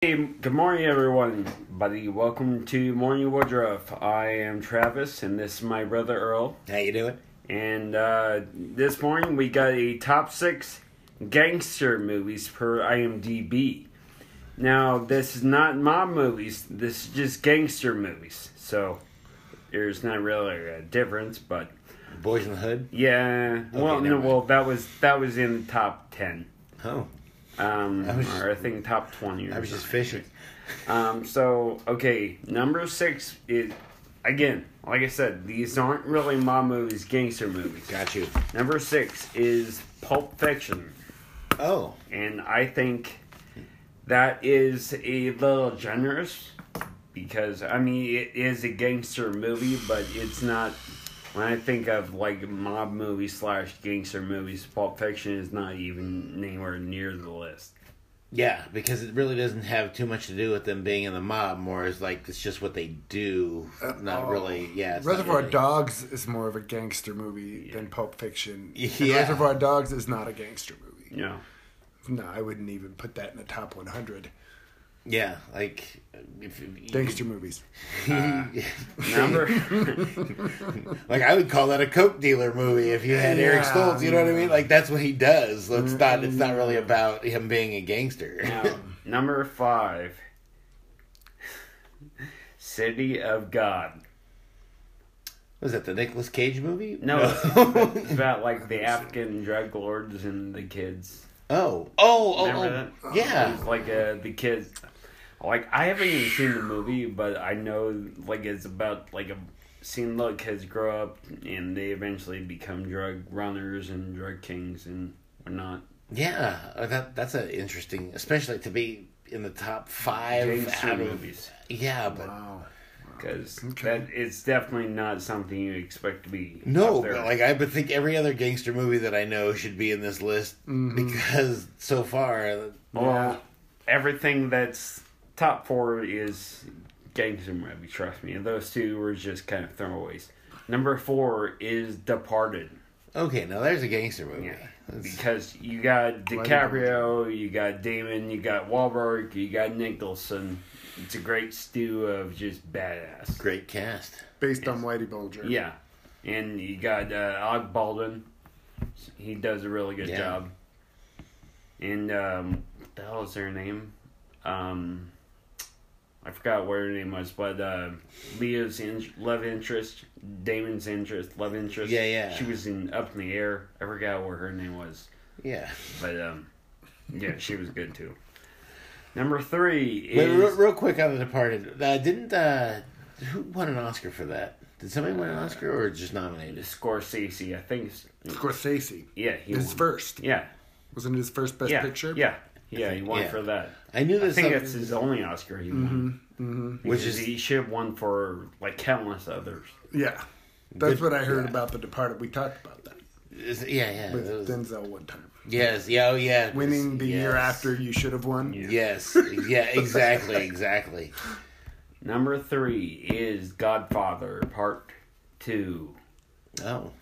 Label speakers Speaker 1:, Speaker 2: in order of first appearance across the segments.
Speaker 1: Hey, good morning, everyone, buddy. Welcome to Morning Woodruff. I am Travis, and this is my brother Earl.
Speaker 2: How you doing?
Speaker 1: And uh, this morning we got a top six gangster movies per IMDb. Now, this is not mob movies. This is just gangster movies. So there's not really a difference, but
Speaker 2: Boys in the Hood?
Speaker 1: yeah. well,
Speaker 2: never
Speaker 1: no,
Speaker 2: mind.
Speaker 1: well that was that was in the top ten.
Speaker 2: Oh,
Speaker 1: Um,
Speaker 2: I was just-
Speaker 1: or I think top twenty. Or
Speaker 2: I was just
Speaker 1: something.
Speaker 2: fishing.
Speaker 1: Um, so okay, number six is again, like I said, these aren't really mob movies, gangster movies.
Speaker 2: Got you.
Speaker 1: Number six is Pulp Fiction,
Speaker 2: Oh,
Speaker 1: and I think that is a little generous because I mean it is a gangster movie, but it's not. When I think of like mob movies slash gangster movies, Pulp Fiction is not even anywhere near the list.
Speaker 2: yeah, because it really doesn't have too much to do with them being in the mob. More is like it's just what they do. Not
Speaker 3: oh.
Speaker 2: really. Yeah. it's not
Speaker 3: Reservoir
Speaker 2: really-
Speaker 3: Dogs is more of a gangster movie than Pulp Fiction. And
Speaker 2: Yeah.
Speaker 3: Reservoir Dogs is not a gangster movie.
Speaker 1: You know,
Speaker 3: No, I wouldn't even put that in the top 100
Speaker 2: Yeah, like if,
Speaker 3: gangster movies. Ah.
Speaker 1: number.
Speaker 2: like I would call that a coke dealer movie if you had Eric
Speaker 3: Yeah.
Speaker 2: Stoltz. You know what I mean? Like that's what he does. It's not. It's not
Speaker 3: Mm.
Speaker 2: really about him being a gangster.
Speaker 1: Now, number five, City of God.
Speaker 2: Was that the Nicolas Cage movie? Oh.
Speaker 1: No, it's about like the African drug lords and the kids.
Speaker 2: oh. Oh. Oh.
Speaker 1: Remember
Speaker 2: oh.
Speaker 1: that?
Speaker 2: Yeah.
Speaker 1: It's like uh, the kids. Like I haven't even seen the movie, but I know like it's about like a seeing little kids grow up and they eventually become drug runners and drug kings and whatnot.
Speaker 2: Yeah, uh, that that's an interesting, especially to be in the top five
Speaker 1: Gangster
Speaker 2: out of
Speaker 1: movies.
Speaker 2: Yeah, but
Speaker 3: Wow.
Speaker 1: Because
Speaker 3: Okay.
Speaker 1: that it's definitely not something you expect to be.
Speaker 2: no,
Speaker 1: up there.
Speaker 2: but like I would think every other gangster movie that I know should be in this list because so far,
Speaker 1: Well,
Speaker 3: Yeah.
Speaker 1: everything that's top four is gangster movie. Trust me, those two were just kind of throwaways. Number four is Departed.
Speaker 2: okay, now there's a gangster movie.
Speaker 1: Yeah,
Speaker 2: That's-
Speaker 1: because you got
Speaker 3: Why
Speaker 1: DiCaprio, you got Damon, you got Wahlberg, you got Nicholson. It's a great stew of just badass.
Speaker 2: Great cast.
Speaker 3: Based on Whitey Bulger.
Speaker 1: Yeah, and you got uh, Og Baldwin. He does a really good
Speaker 2: Yeah.
Speaker 1: job. And um, what the hell is her name? Um, I forgot what her name was, but uh, Leo's in- love interest, Damon's interest, love interest.
Speaker 2: Yeah, yeah.
Speaker 1: She was in Up in the Air. I forgot what her name was,
Speaker 2: Yeah.
Speaker 1: but um, yeah, she was good too. Number three
Speaker 2: Wait,
Speaker 1: is
Speaker 2: real, real quick on The Departed, uh, didn't uh, who won an Oscar for that? Did somebody win an Oscar or just nominated?
Speaker 1: Scorsese. I think. it's-
Speaker 3: Scorsese.
Speaker 1: Yeah, he
Speaker 3: His
Speaker 1: won.
Speaker 3: first.
Speaker 1: Yeah,
Speaker 3: Wasn't it his first Best
Speaker 1: yeah,
Speaker 3: Picture?
Speaker 1: Yeah, yeah, he won
Speaker 2: yeah.
Speaker 1: for that.
Speaker 2: I knew
Speaker 1: I
Speaker 2: this.
Speaker 1: think that's his only Oscar he won,
Speaker 3: Mm-hmm,
Speaker 2: Which
Speaker 1: which
Speaker 2: is-
Speaker 1: is he should have won for like countless others.
Speaker 3: Yeah. That's
Speaker 2: Good-
Speaker 3: what I heard
Speaker 2: yeah.
Speaker 3: about The Departed. We talked about that
Speaker 2: yeah, yeah.
Speaker 3: with
Speaker 2: that was-
Speaker 3: Denzel one time.
Speaker 2: Yes. Yeah. Oh, yeah.
Speaker 3: Winning the year
Speaker 2: Yes.
Speaker 3: after you should have won.
Speaker 2: Yes. Yeah. Exactly. Exactly.
Speaker 1: Number three is Godfather Part Two.
Speaker 2: Oh,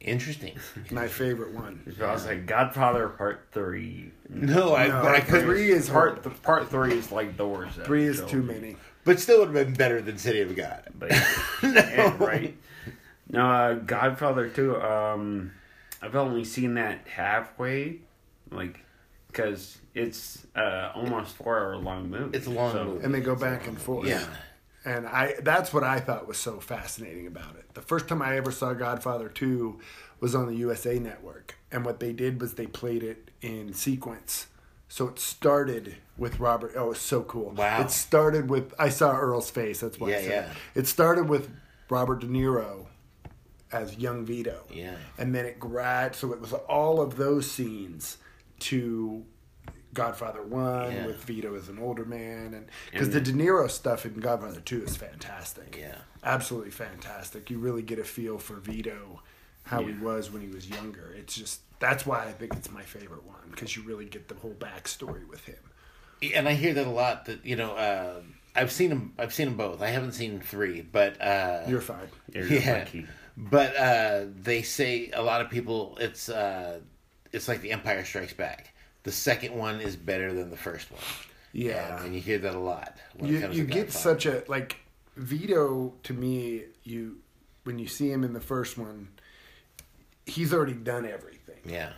Speaker 2: interesting.
Speaker 3: My favorite one.
Speaker 1: So I was like Godfather Part Three.
Speaker 2: No, I,
Speaker 3: No,
Speaker 2: but I couldn't.
Speaker 3: three is
Speaker 1: Part
Speaker 3: hard.
Speaker 1: th- Part Three is like the worst. of
Speaker 3: Three
Speaker 1: the
Speaker 3: is too
Speaker 1: trilogy.
Speaker 3: many.
Speaker 2: But still would have been better than City of God.
Speaker 1: But yeah, right. No, uh, Godfather Two. Um, I've only seen that halfway, like, because it's uh almost four hour long movie.
Speaker 2: It's a long
Speaker 1: so-
Speaker 2: movie.
Speaker 3: and they go back and forth.
Speaker 2: Yeah.
Speaker 3: And I that's what I thought was so fascinating about it. The first time I ever saw Godfather 2 was on the USA network. And what they did was they played it in sequence. So it started with Robert. Oh, it was so cool.
Speaker 2: Wow.
Speaker 3: It started with I saw Earl's face. That's why I
Speaker 2: Yeah,
Speaker 3: said
Speaker 2: yeah.
Speaker 3: It. it started with Robert De Niro as young Vito.
Speaker 2: Yeah.
Speaker 3: And then it grad so it was all of those scenes to Godfather 1
Speaker 2: Yeah. Mm-hmm.
Speaker 3: with Vito as an older man and because
Speaker 1: And
Speaker 3: the De Niro stuff in Godfather 2 is fantastic.
Speaker 2: Yeah.
Speaker 3: Absolutely fantastic. You really get a feel for Vito how he
Speaker 1: Yeah.
Speaker 3: was when he was younger. It's just that's why I think it's my favorite one because you really get the whole backstory with him.
Speaker 2: And I hear that a lot. That you know, uh, I've seen them. I've seen them both. I haven't seen three, but uh,
Speaker 3: You're fine.
Speaker 1: You're
Speaker 2: yeah.
Speaker 1: lucky.
Speaker 2: But uh, they say a lot of people. It's uh, it's like The Empire Strikes Back. The second one is better than the first one.
Speaker 3: Yeah.
Speaker 2: and you hear that a lot. When
Speaker 3: you, you
Speaker 2: to
Speaker 3: get
Speaker 2: Godfather.
Speaker 3: such a like Vito to me you when you see him in the first one he's already done everything
Speaker 2: yeah,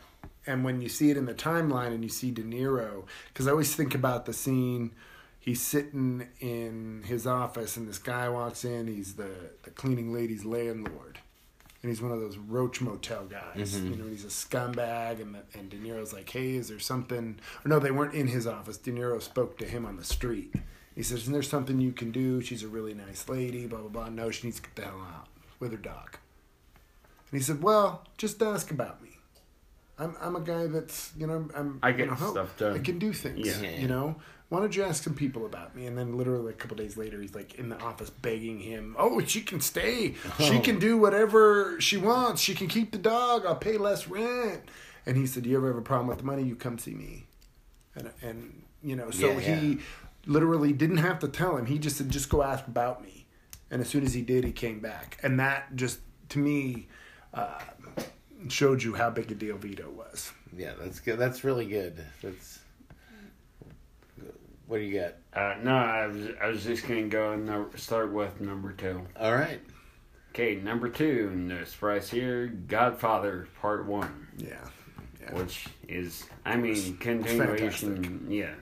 Speaker 3: and when you see it in the timeline and you see De Niro cuz I always think about the scene he's sitting in his office and this guy walks in he's the the cleaning lady's landlord and he's one of those roach motel guys
Speaker 1: Mm-hmm.
Speaker 3: you know he's a scumbag and the, and De Niro's like hey is there something or no they weren't in his office De Niro spoke to him on the street he says, Isn't there something you can do? She's a really nice lady, blah, blah, blah. No, she needs to get the hell out with her dog. And he said, Well, just ask about me. I'm, I'm a guy that's, you know, I'm,
Speaker 1: I
Speaker 3: you
Speaker 1: get
Speaker 3: know, help.
Speaker 1: stuff done.
Speaker 3: I can do things,
Speaker 1: Yeah.
Speaker 2: Yeah.
Speaker 3: you know? Why don't you ask some people about me? And then literally a couple days later, he's like in the office begging him, Oh, she can stay. She
Speaker 2: Oh.
Speaker 3: can do whatever she wants. She can keep the dog. I'll pay less rent. And he said, You ever have a problem with the money? You come see me and and you know so
Speaker 2: Yeah, yeah.
Speaker 3: he literally didn't have to tell him he just said just go ask about me and as soon as he did he came back and that just to me uh, showed you how big a deal vito was
Speaker 2: yeah, that's good. That's really good. That's what do you got?
Speaker 1: Uh, no, I was I was just gonna go and nu- start with number two.
Speaker 2: All right,
Speaker 1: Okay, number two, no surprise here, Godfather Part One,
Speaker 3: yeah yeah
Speaker 1: which is I mean continuation. Yeah,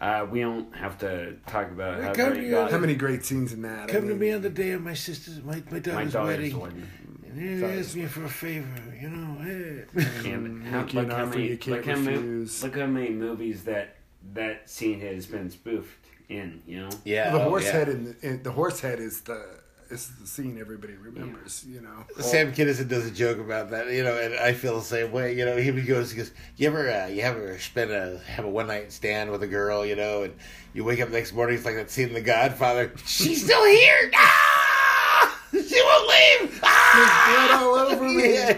Speaker 1: uh, we don't have to talk about
Speaker 2: We
Speaker 1: how
Speaker 2: come
Speaker 1: great
Speaker 2: to you-
Speaker 1: God-
Speaker 3: how many great scenes in that I
Speaker 2: come to
Speaker 3: mean,
Speaker 2: me on the day of my sister's my my
Speaker 1: my daughter's
Speaker 2: daughter's wedding,
Speaker 1: wedding.
Speaker 2: and you
Speaker 3: Daughter's
Speaker 2: asked me for a favor. You know, hey.
Speaker 1: And
Speaker 3: Mm,
Speaker 1: how,
Speaker 3: Mickey and
Speaker 1: look, how
Speaker 3: Arthur,
Speaker 1: many,
Speaker 3: you can't
Speaker 1: look, how many,
Speaker 3: refuse.
Speaker 1: look how many movies that that scene has been spoofed in. You know,
Speaker 2: yeah,
Speaker 3: the
Speaker 2: oh,
Speaker 3: horse
Speaker 2: yeah.
Speaker 3: head in the, in, the horse head is the is the scene everybody remembers you know
Speaker 2: Sam Kinison does a joke about that, you know, and I feel the same way. You know, he goes, he goes, you ever, uh, you ever spend a have a one night stand with a girl, you know, and you wake up the next morning, it's like that scene in The Godfather. She's still here. Ah! She won't leave. Ah!
Speaker 3: There's blood all over me.
Speaker 2: Yeah,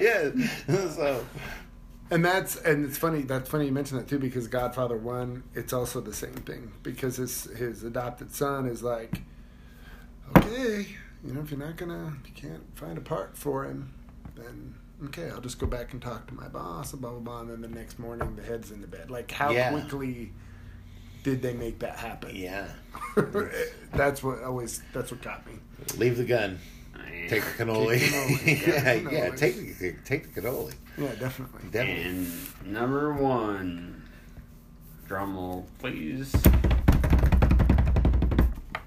Speaker 2: yeah. So,
Speaker 3: And that's and it's funny. That's funny you mention that too because Godfather One. It's also the same thing because his his adopted son is like, okay, you know, if you're not gonna, if you can't find a part for him, then okay, I'll just go back and talk to my boss, blah blah blah. And then the next morning, the head's in the bed. Like, how
Speaker 2: Yeah.
Speaker 3: quickly did they make that happen?
Speaker 2: yeah,
Speaker 3: that's what always. That's what got me.
Speaker 2: leave the gun. Take the cannoli.
Speaker 3: Take the
Speaker 2: yeah,
Speaker 3: cannoli.
Speaker 2: yeah, take the take the cannoli.
Speaker 3: Yeah, definitely.
Speaker 2: Definitely.
Speaker 1: And number one, drum roll, please.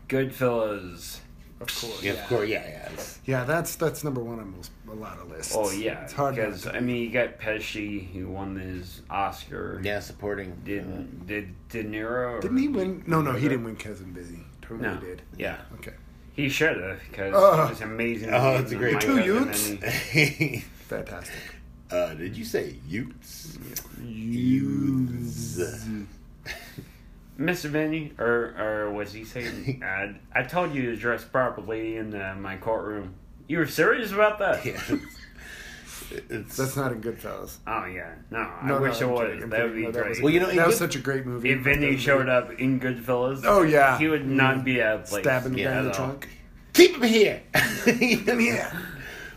Speaker 1: Goodfellas.
Speaker 3: Of course.
Speaker 2: Yeah, of course. Yeah, yeah. It's-
Speaker 3: Yeah, that's that's number one on most a lot of lists.
Speaker 1: Oh yeah,
Speaker 3: it's hard not
Speaker 1: because
Speaker 3: to
Speaker 1: I mean you got Pesci who won his Oscar.
Speaker 2: yeah, supporting.
Speaker 1: Did did De Niro? Or,
Speaker 3: Didn't he win? No, no, he didn't win. Cousin Busy totally
Speaker 1: No.
Speaker 3: did.
Speaker 1: Yeah,
Speaker 3: Okay,
Speaker 1: he should have because
Speaker 3: Ugh.
Speaker 1: it was amazing.
Speaker 2: Oh, that's a great
Speaker 1: My
Speaker 2: Two
Speaker 1: Cousin
Speaker 3: Utes?
Speaker 1: and-
Speaker 2: uh,
Speaker 3: fantastic.
Speaker 2: did you say Utes?
Speaker 1: Mr. Vinny, or or was he saying? I, I told you to dress properly in uh, my courtroom. You were serious about that?
Speaker 2: Yeah. It's,
Speaker 3: That's not in Goodfellas.
Speaker 1: Oh yeah, no,
Speaker 3: No,
Speaker 1: I
Speaker 3: no,
Speaker 1: wish
Speaker 3: I'm
Speaker 1: it
Speaker 3: kidding,
Speaker 1: was.
Speaker 3: I'm
Speaker 1: That would
Speaker 3: kidding.
Speaker 1: be
Speaker 3: No,
Speaker 1: great.
Speaker 3: was-
Speaker 2: Well, you know,
Speaker 3: that
Speaker 2: in
Speaker 3: was
Speaker 2: Good-
Speaker 3: such a great movie.
Speaker 1: if Vinny showed up in Goodfellas,
Speaker 3: Oh, yeah.
Speaker 1: he would not be out of place.
Speaker 3: stabbing the guy in the
Speaker 1: at all.
Speaker 3: trunk.
Speaker 2: keep him here.
Speaker 3: Yeah,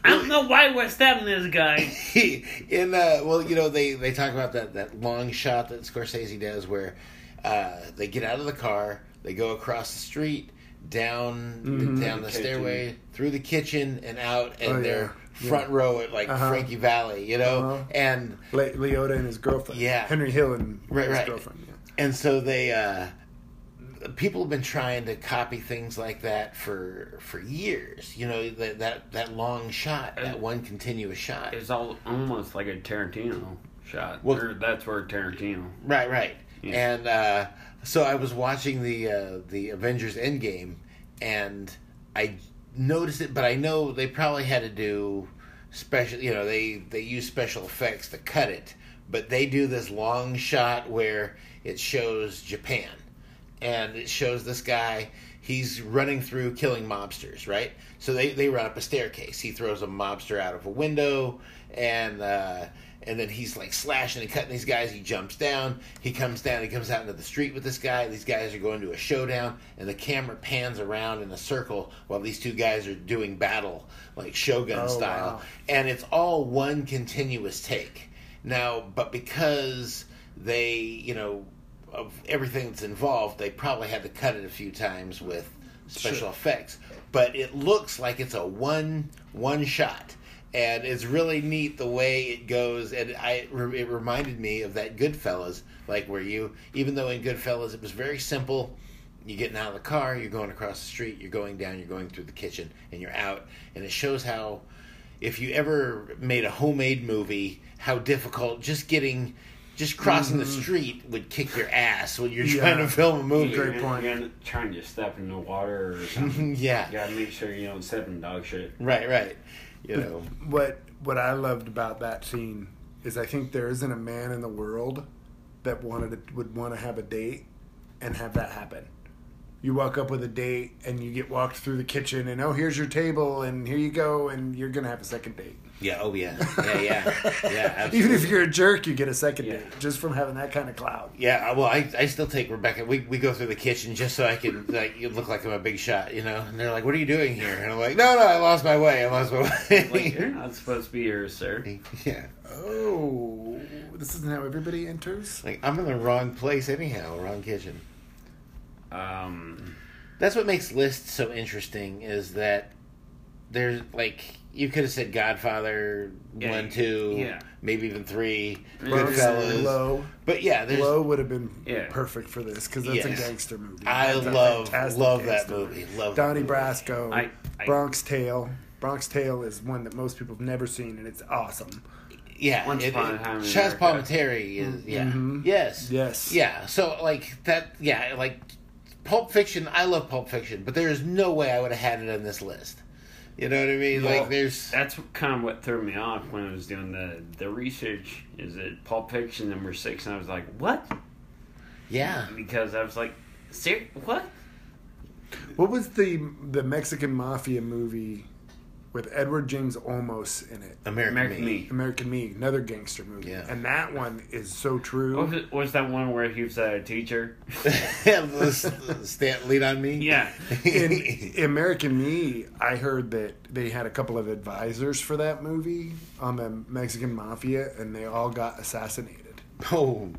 Speaker 1: I don't know why we're stabbing this guy.
Speaker 2: in uh, well, you know, they they talk about that that long shot that Scorsese does, where uh, they get out of the car, they go across the street, down down
Speaker 1: The
Speaker 2: the,
Speaker 1: kitchen.
Speaker 2: stairway, through the kitchen, and out, and
Speaker 3: Mm-hmm. Oh,
Speaker 2: they're
Speaker 3: yeah.
Speaker 2: front row at like
Speaker 3: Uh-huh.
Speaker 2: Frankie Valley, you know,
Speaker 3: Uh-huh.
Speaker 2: and
Speaker 3: Le- Leota and his girlfriend.
Speaker 2: Yeah.
Speaker 3: Henry Hill and
Speaker 2: Right,
Speaker 3: his
Speaker 2: right.
Speaker 3: girlfriend. Yeah.
Speaker 2: and so they uh people have been trying to copy things like that for for years you know that that, that long shot that one continuous shot
Speaker 1: It's all almost like a Tarantino shot.
Speaker 2: Well-
Speaker 1: Or that's where Tarantino.
Speaker 2: right right
Speaker 1: Yeah.
Speaker 2: and uh so i was watching the uh the avengers endgame and i noticed it but i know they probably had to do special you know they they use special effects to cut it but they do this long shot where it shows japan and it shows this guy he's running through killing mobsters right so they, they run up a staircase he throws a mobster out of a window and uh, and then he's like slashing and cutting these guys he jumps down he comes down he comes out into the street with this guy these guys are going to a showdown and the camera pans around in a circle while these two guys are doing battle like shogun
Speaker 3: Oh,
Speaker 2: style
Speaker 3: wow.
Speaker 2: and it's all one continuous take. Now, but because they, you know, of everything that's involved, they probably had to cut it a few times with special effects. But it looks like it's a one one shot, and it's really neat the way it goes. And I it reminded me of that Goodfellas, like where you even though in Goodfellas it was very simple. You're getting out of the car, you're going across the street, you're going down, you're going through the kitchen, and you're out. And it shows how if you ever made a homemade movie, how difficult just getting, just crossing the street would kick your ass when you're
Speaker 3: Mm-hmm. Yeah.
Speaker 2: trying to film a movie.
Speaker 3: Great
Speaker 1: You're-
Speaker 3: point.
Speaker 1: You're trying to step in the water or something.
Speaker 2: Yeah.
Speaker 1: You gotta make sure you don't step in dog shit.
Speaker 2: Right, right. You know,
Speaker 3: what what I loved about that scene is I think there isn't a man in the world that wanted to, would want to have a date and have that happen. You walk up with a date and you get walked through the kitchen and oh here's your table and here you go and you're gonna have a second date.
Speaker 2: yeah, oh yeah, yeah, yeah, yeah. Absolutely.
Speaker 3: Even if you're a jerk, you get a second
Speaker 1: Yeah.
Speaker 3: date just from having that kind of clout.
Speaker 2: yeah, uh, well, I, I still take Rebecca. We, we go through the kitchen just so I can like you look like I'm a big shot, you know. And they're like, "What are you doing here?" And I'm like, "No, no, I lost my way. I lost my
Speaker 1: Like, you're
Speaker 2: way."
Speaker 1: not supposed to be here, sir.
Speaker 2: yeah,
Speaker 3: Oh, this isn't how everybody enters.
Speaker 2: like I'm in the wrong place anyhow, wrong kitchen.
Speaker 1: Um,
Speaker 2: That's what makes lists so interesting is that there's like you could have said Godfather
Speaker 1: Yeah,
Speaker 2: one, two,
Speaker 1: yeah.
Speaker 2: maybe even three,
Speaker 1: Low,
Speaker 2: Goodfellas.
Speaker 3: low,
Speaker 2: But yeah, there's
Speaker 3: low would have been
Speaker 1: Yeah.
Speaker 3: perfect for this because that's
Speaker 2: Yes.
Speaker 3: a gangster movie.
Speaker 2: I
Speaker 3: That's a
Speaker 2: love
Speaker 3: fantastic
Speaker 2: love that
Speaker 3: gangster
Speaker 2: movie. Love that
Speaker 3: Donnie
Speaker 2: movie.
Speaker 3: Brasco,
Speaker 1: I- I-
Speaker 3: Bronx Tale. Bronx Tale is one that most people have never seen, and it's awesome.
Speaker 2: Yeah,
Speaker 1: Once Upon a Time in
Speaker 2: Chaz
Speaker 1: America.
Speaker 2: Palminteri is yeah.
Speaker 3: Mhm.
Speaker 2: Yes.
Speaker 3: Yes.
Speaker 2: Yeah. So like that. Yeah. Like Pulp Fiction. I love Pulp Fiction, but there is no way I would have had it on this list. You know what I mean?
Speaker 1: Well,
Speaker 2: like there's
Speaker 1: that's kind of what threw me off when I was doing the, the research. Is it Pulp Fiction number six? And I was like, what?
Speaker 2: yeah.
Speaker 1: Because I was like, ser- what?
Speaker 3: What was the the Mexican mafia movie with Edward James Olmos in it?
Speaker 2: American,
Speaker 1: American
Speaker 2: Me.
Speaker 1: Me.
Speaker 3: American Me, another gangster movie,
Speaker 2: Yeah.
Speaker 3: and that one is so true.
Speaker 1: What was, it- what was that one where he was a teacher?
Speaker 2: Stand, lead on me.
Speaker 1: Yeah.
Speaker 3: in American Me, I heard that they had a couple of advisors for that movie on the Mexican mafia, and they all got assassinated
Speaker 2: oh.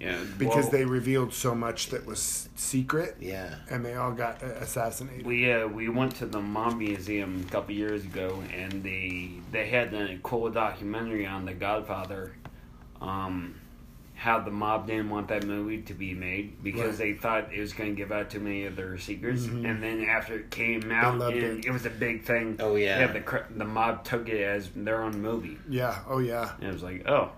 Speaker 1: Yeah.
Speaker 3: because
Speaker 1: well,
Speaker 3: they revealed so much that was secret,
Speaker 2: yeah.
Speaker 3: and they all got uh, assassinated.
Speaker 1: We uh, we went to the Mom Museum a couple years ago, and they they had a cool documentary on The Godfather, um, how the mob didn't want that movie to be made because they thought it was going to give out too many of their secrets, and then after it came out,
Speaker 3: Mm-hmm. loved
Speaker 1: and
Speaker 3: it.
Speaker 1: it. was a big thing.
Speaker 2: Oh, yeah.
Speaker 1: yeah. The cr- the mob took it as their own movie,
Speaker 3: Yeah, oh yeah,
Speaker 1: and it was like, oh,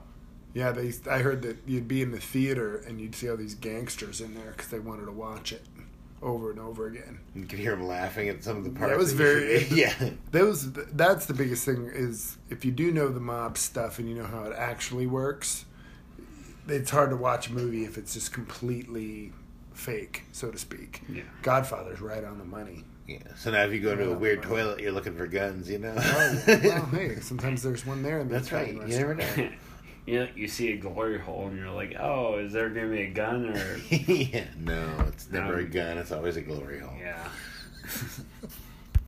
Speaker 3: yeah. They, I heard that you'd be in the theater and you'd see all these gangsters in there because they wanted to watch it over and over again.
Speaker 2: You could hear him laughing at some of the parts.
Speaker 3: That was
Speaker 2: that you
Speaker 3: very-
Speaker 2: should- yeah.
Speaker 3: Those, that's the biggest thing is if you do know the mob stuff and you know how it actually works, it's hard to watch a movie if it's just completely fake, so to speak.
Speaker 1: Yeah.
Speaker 3: Godfather's right on the money.
Speaker 2: Yeah. So now if you go into a weird toilet, you're looking for guns. You know.
Speaker 3: Oh, yeah. well, hey, sometimes there's one there. In the
Speaker 2: That's right.
Speaker 3: Italian
Speaker 2: You never
Speaker 3: restaurant.
Speaker 2: know.
Speaker 1: you know, you see a glory hole, and you're like, oh, is there going to be a gun or
Speaker 2: yeah, no, it's never a
Speaker 1: Um,
Speaker 2: gun. It's always a glory hole.
Speaker 1: yeah.